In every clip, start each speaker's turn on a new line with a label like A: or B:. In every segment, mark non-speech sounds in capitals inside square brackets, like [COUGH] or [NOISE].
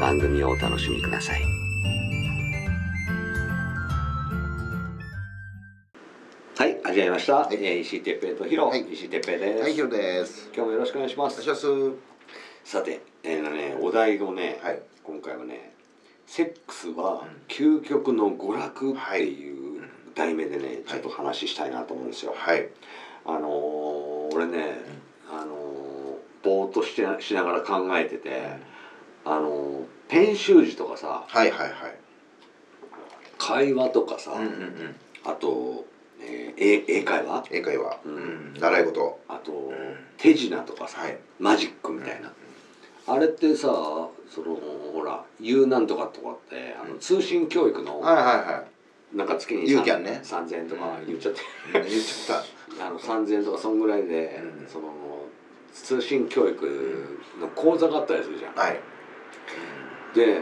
A: 番組をお楽しみください。はい、始めました。
B: い
A: えー石井哲平とヒロ、
B: はい
A: 石井哲平です。
B: はい、ヒロです。
A: 今日もよろしくお願いしま
B: お
A: す
B: 願いし。ます。は
A: さて、えーのね、お題をね、
B: い。
A: 今回はね「セックスは究極の娯楽」っていう題名でねちょっと話したいなと思うんですよ。
B: はい。
A: あのー俺ね、あのーぼーっとしてしながら考えてて、あのー編集時とかさ
B: はいはいはい。
A: 会話とかさ、
B: うんうんうん。
A: あと、えー英英会話
B: 英会話。
A: う
B: うんん。習い事。
A: あと、
B: ん
A: 手品とかさ、
B: はい
A: マジックみたいな、あれってさそのほら U なんとかとかってあの通信教育の
B: はいは
A: なんか月に
B: ユーキャンね
A: 3000円とか
B: うん
A: 言っちゃって、 [LAUGHS]
B: いはい。言っちゃっ
A: あの3000円とかそんぐらいで、
B: うん
A: その通信教育の講座があったりするじゃん。
B: た。はい。
A: で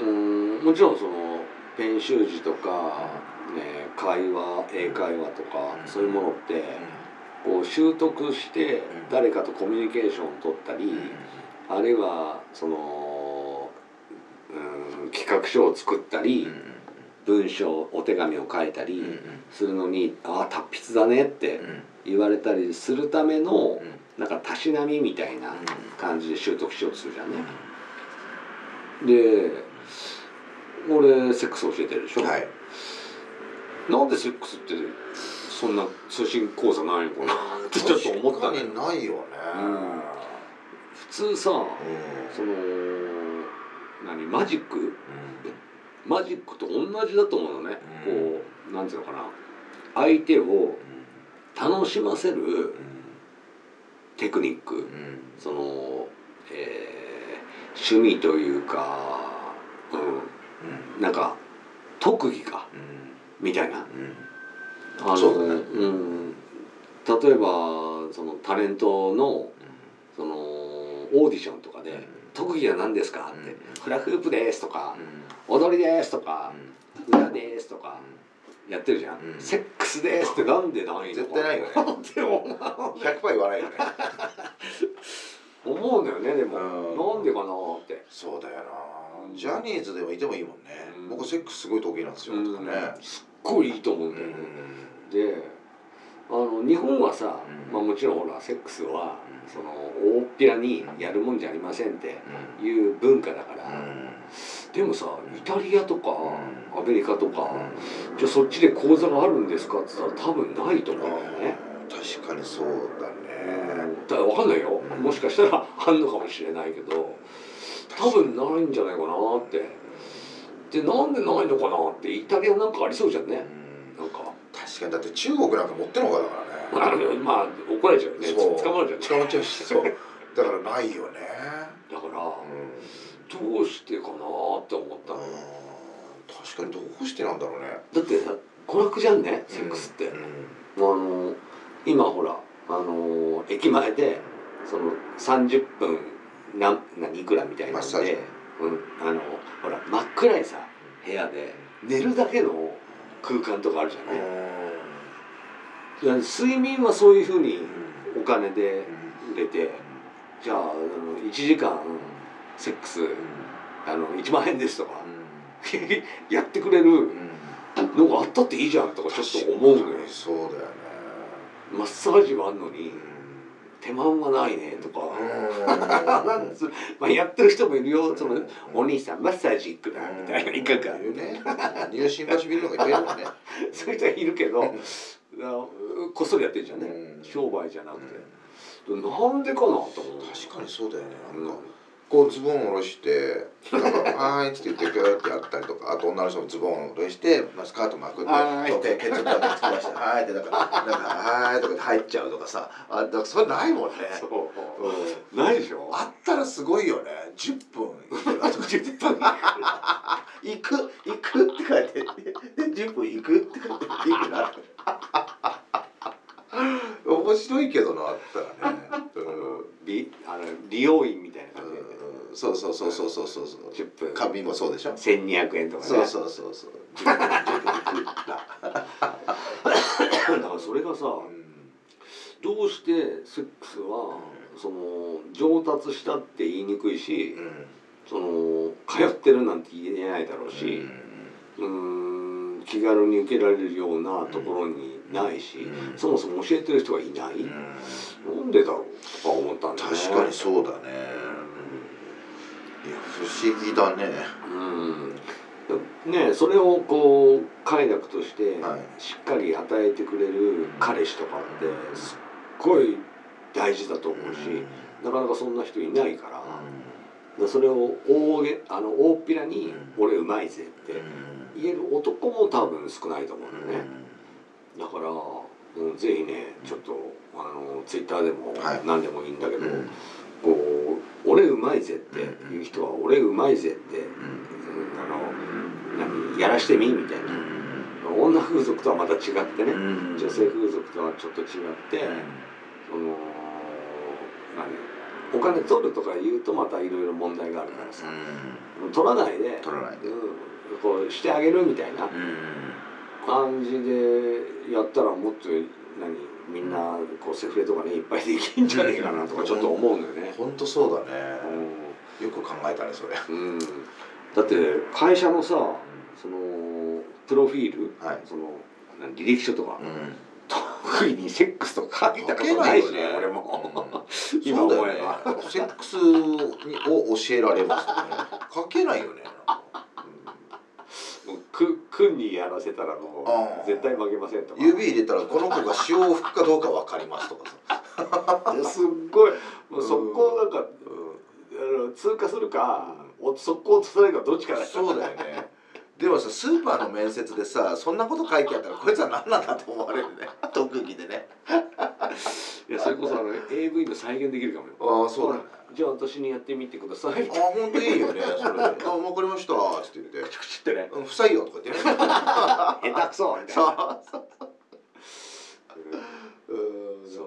A: うんもちろんその編集時とか、ね、会話英会話とか、
B: うん
A: そういうものってこう習得して
B: ん
A: 誰かとコミュニケーションを取ったり、あるいはそのうん企画書を作ったり、文章お手紙を書いたり。するのに「ああ達筆だね」って言われたりするためのなんかたしなみみたいな感じで習得しようとするじゃんね。で俺セックス教えてるでしょ、
B: はい。
A: なんでセックスってそんな通信講座ないのかなってちょっと思ったね
B: 確かにないよね。
A: うん普通さその何マジックマジックと同じだと思うのね、
B: うん
A: こうなんていうのかな相手を楽しませるテクニック、その、えー趣味というか、うん、なんか特技かみたいなあの
B: そうだね
A: うん、例えばそのタレントのそのオーディションとかで「特技は何ですか?」って「フラフープです」とか「踊りです」とか「歌です」とかやってるじゃん
B: う
A: 「
B: ん
A: セックスです」ってなんでないの
B: 絶対ないよね
A: って思う
B: 百パー言わないよね。
A: 思うのよねでも、
B: う
A: なん
B: ん
A: でかなって。
B: そうだよな。ジャニーズでもいてもいいもんね
A: うん。
B: 僕セックスすごい得意なんですよ。とかね。
A: うんすっごいいいと思うんだよね、であの日本はさ、
B: うん
A: まあ、もちろんほらセックスは
B: うん
A: その大っぴらにやるもんじゃありませんっていう文化だから、でもさイタリアとか
B: う
A: アメリカとか、じゃあそっちで講座があるんですかって言ったら多分ないと思うんだよね。
B: 確かにそうだね。
A: だから分かんないよもしかしたらあんのかもしれないけど多分ないんじゃないかなってでなんでないのかなってイタリアなんかありそうじゃんねなんか
B: 確かにだって中国なんか持ってのほかだから
A: あ
B: ね。
A: のまあ怒られちゃうよね
B: そう
A: 捕まるじゃんね
B: 捕まっちゃうし、そう。
A: [LAUGHS]
B: だからないよね。
A: だから
B: うん
A: どうしてかなって思ったのよ
B: 確かにどうしてなんだろうね。
A: だってさ娯楽じゃんねセックスって、
B: うん
A: もうあの今ほらあの駅前でその30分なん何いくらみたいな
B: マッ
A: ん
B: サージ
A: で、うん、あのほら真っ暗いさ部屋で寝るだけの空間とかあるじゃ
B: う
A: ない
B: ん
A: いや睡眠はそういうふうに
B: う
A: お金で売れてじゃああの1時間セックスあの1万円ですとか [LAUGHS] やってくれ
B: んう
A: る
B: ん
A: のがあったっていいじゃんとかちょっと思うのよ
B: そうだよね。
A: マッサージはあんのに手間はないねとか、な
B: なんん
A: つ [LAUGHS] まあ、やってる人もいるよそのお
B: 鬼
A: 兄さんマッサージ行くなみたいないかが
B: いるね入信橋ビルとかいるもんね
A: [LAUGHS] そういう人はいるけどあのこっそりやってるじゃんね、
B: うん
A: 商売じゃな
B: う
A: く
B: ん
A: て、なんでかなと思う
B: 確かにそうだよねなんか
A: うん
B: こうズボン下ろして「なんかはーい」っつって言ってグーってやったりとかあと女の人もズボン下ろして、まあ、スカート巻くって
A: はーい
B: そう手ケツバッてつきまして「はーい」ってなんか「なんかはーい」とかって入っちゃうとかさあだからそれないもんね
A: そう
B: うん
A: ないでしょ
B: あったらすごいよね10分
A: 10分行く行くって書いてで10分行くって書いて行くな
B: 面白いけどなあったらねうん
A: 美あの利用員みたいな感じで、
B: うんそうそうそうそうそうそうそう
A: 10分
B: 髪もそうでしょ
A: 1200円とかね
B: そうそうそうそう
A: [LAUGHS] だからそれがさどうしてセックスはその上達したって言いにくいしその通ってるなんて言えないだろうし、うーん気軽に受けられるようなところにないし、
B: うん
A: そもそも教えてる人がいない、なんでだろうとか思ったんだよね
B: 確かにそうだねいや不思議だね
A: うんねそれをこう快楽として
B: はい
A: しっかり与えてくれる彼氏とかってすっごい大事だと思うし、なかなかそんな人いないから,、それを大げあの大っぴらに「俺うまいぜ」って言える男も多分少ないと思うんだよね。だから、うん、ぜひねちょっとあのツイッターでも
B: はい
A: 何でもいいんだけど、こう「俺うまいぜ」っていう人は「俺うまいぜ」って、うんあの何やらしてみみたいな女風俗とはまた違ってね、女性風俗とはちょっと違って、その何お金取るとか言うとまたいろいろ問題があるからさ、取らないで、
B: 取らないで
A: うん、こうしてあげるみたいな。感じでやったらもっと何みんなこうセフレとかねいっぱいできんじゃねえかなとかちょっと思うんだよね。
B: 本当そうだね
A: う
B: よく考えたねそれ
A: んうんだって会社のさそのプロフィール
B: はい
A: その何履歴書とか
B: うん
A: 特にセックスとか書いたことないしね俺も。 [LAUGHS] 今
B: そうだ
A: 思
B: よ
A: え
B: ね
A: ば。
B: セックスにを教えられます
A: [LAUGHS]
B: ね書けないよね
A: もうく君にやらせたらも
B: あ
A: う
B: ー
A: 絶対負けませんとか。
B: 指入れたらこの子が潮を吹くかどうかわかりますとかさ
A: [LAUGHS] ですっごいもう速攻なんかあの通過するかお速攻落とされるかどっちかだよ
B: そうだよねでもさスーパーの面接でさそんなこと書いてあったらこいつは何なんだと思われるね特技でね
A: いやそれこそあの AV の再現できるかもよ
B: ああそうだね
A: じゃあ私にやってみてください
B: [LAUGHS]
A: って
B: あ本当いいよねそれで「あ分かりました」っつって言って
A: 口ってね
B: 「うん不採用」とか言ってね
A: 下手くそみたい
B: そ
A: な
B: ううん
A: そう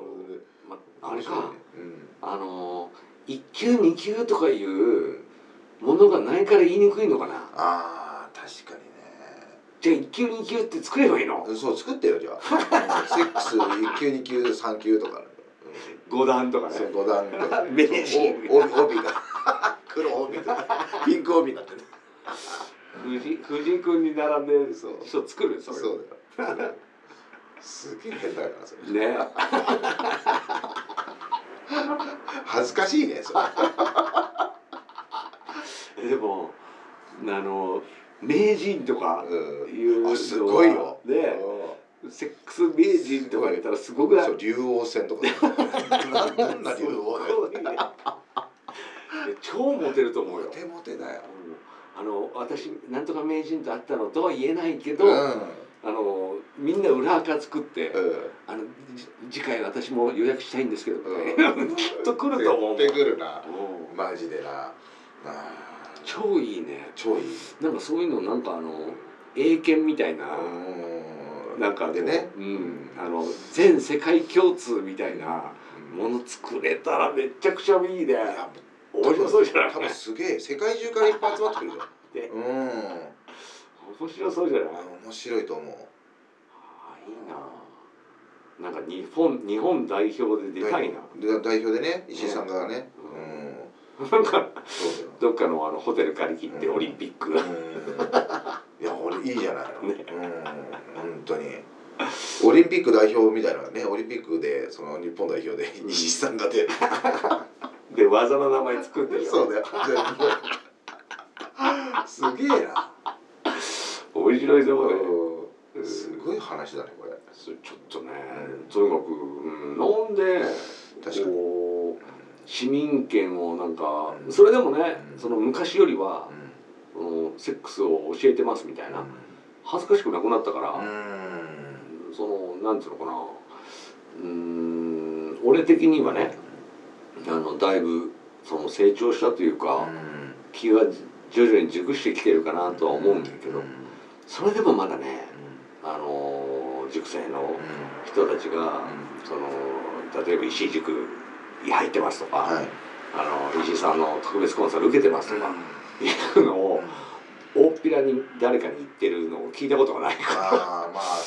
A: まあ
B: あ
A: れ
B: れ
A: か
B: かうん
A: あの1級2級とかいうものがないから言いにくいのかな
B: あー確かにね
A: じゃあ1級2級って作ればいいの
B: そう作ってよ [LAUGHS] じゃあセックス1級2級3級とか、
A: 5段と
B: う
A: か
B: ん、
A: ね
B: そう5段とか
A: 名刺
B: お帯帯が黒帯がピンク帯になってる
A: 藤井藤井君に並んで
B: そう
A: 人作るそ
B: そう
A: れ
B: だよすげえ変だよなそれ
A: ね
B: 恥ずかしいねそれ
A: でもあの名人とか
B: う
A: いうんのは
B: あすごいよ
A: ねセックス名人とか言ったらすごく
B: うん
A: ない
B: そう竜王戦とかなんなんだ竜王 [LAUGHS] だよ
A: すごいね超モテると思う
B: モ
A: よ。
B: テモテだよ
A: あの私なんとか名人と会ったのとは言えないけど、
B: うん
A: あのみんな裏垢作って、
B: うん
A: あのじ次回私も予約したいんですけ [LAUGHS] ど、
B: うん
A: きっと来ると思うもん。
B: 絶対来るな
A: うん
B: マジでなあー
A: 超いいね。
B: 超いい
A: なんかそういうのなんかあの英検みたいな。
B: うん
A: なんか
B: でね、
A: うん、あの全世界共通みたいなもの作れたらめちゃくちゃいいね
B: いや
A: 面白そうじゃない
B: 多分すげえ世界中からいっぱい集まってくるじゃん
A: で
B: うん
A: 面白そうじゃない
B: あ面白いと思う
A: あいいななんか日本日本代表で出たいな
B: で代表でね石井さんがね
A: う
B: うんん、
A: なんか
B: そう
A: どっかのあのホテル借り切ってオリンピック
B: だよ、うん、いや俺いいじゃないの、
A: ね
B: うん本当にオリンピック代表みたいなねオリンピックでその日本代表で西井さんが出る
A: で技の名前作ってる
B: そうだよすげえな、
A: 面白いぞこれ、
B: う
A: うん
B: ん、すごい話だねこれ
A: それちょっとねとにかく、うん、なんで
B: 確かに
A: こう市民権をなんか
B: うん
A: それでもね、
B: うん
A: その昔よりは
B: う、
A: そ
B: ん
A: のセックスを教えてますみたいな恥ずかしくなくなったから、
B: うん
A: そのなんつうのかなうーん俺的にはねあのだいぶその成長したというか、
B: うん
A: 気は徐々に熟してきてるかなとは思うんだけど、
B: うん
A: それでもまだねあのー塾生の人たちが、その例えば石井塾に入ってますとか、
B: はい
A: あの石井さんの特別コンサル受けてますとか、いうのを
B: あ
A: 大っぴらに誰かに言ってるのを聞いたことがないから
B: あまあ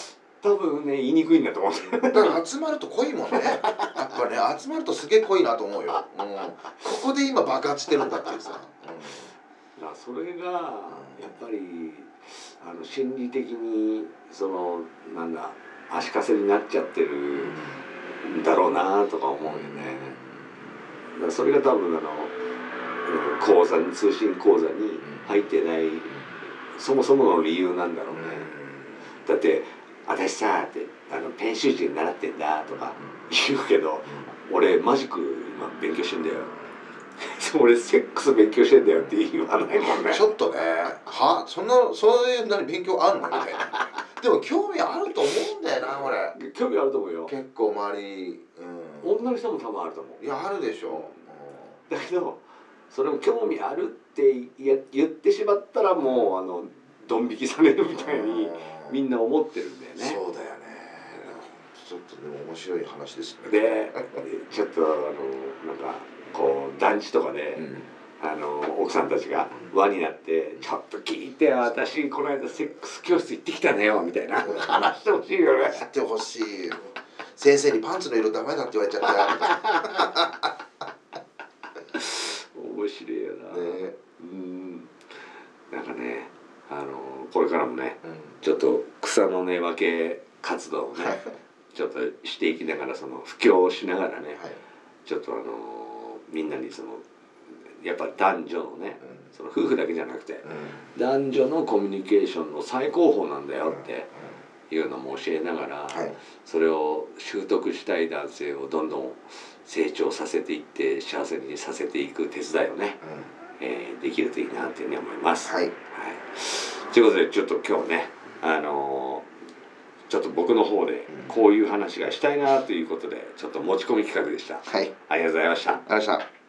A: 多分ね言いにくいんだと思う
B: だから集まると濃いもんねやっぱね集まるとすげえ濃いなと思うよ、うん、ここで今爆発してるんだっていうさ、
A: だからそれがやっぱりあの心理的にそのなんだ足かせになっちゃって
B: う
A: るんだろうなとか思うよねだからそれが多分あのうん講座に通信講座に入ってないそもそもの理由なんだろうねだって「私さ」ってあのペン習字習ってんだとか言うけど俺マジック今勉強してんだよ [LAUGHS] 俺セックス勉強してんだよって言わないもんね
B: ちょっとねはそんなそういう何勉強あんのみたいなでも興味あると思うんだよなこれ
A: 興味あると思うよ
B: 結構周り、うん、
A: 女の人も多分あると思う
B: いやあるでしょ、
A: だけどそれも興味あるって言え言ってしまったらもうあのドン引きされるみたいにみ
B: ん
A: んな思ってるんだよね
B: そうだよねちょっとでも面白い話ですね
A: でちょっとあのなんかこう団地とかで、
B: うん
A: あの奥さんたちが輪になって「ちょっと聞いてよ私この間セックス教室行ってきたのよ」みたいな話してほしいよ
B: [LAUGHS]
A: ね
B: やってほしい先生にパンツの色ダメだって言われちゃった
A: 面白いよな、
B: ね
A: うんなんかねあのこれからもね
B: うん
A: ちょっと草の根分け活動をね、
B: はい
A: ちょっとしていきながらその布教をしながらね
B: はい
A: ちょっとあのーみんなにそのやっぱ男女のね
B: う
A: その夫婦だけじゃなくて
B: んうん
A: 男女のコミュニケーションの最高峰なんだよっ
B: うん
A: ていうのも教えながら、
B: はい
A: それを習得したい男性をどんどん成長させていって幸せにさせていく手伝いをね、
B: うん
A: えーできるといいなというふうに思います。
B: はい
A: はい、ということでちょっと今日ねあのーちょっと僕の方でこういう話がしたいなということでちょっと持ち込み企画でした。
B: はい
A: ありがとうございました。
B: ありがとうございました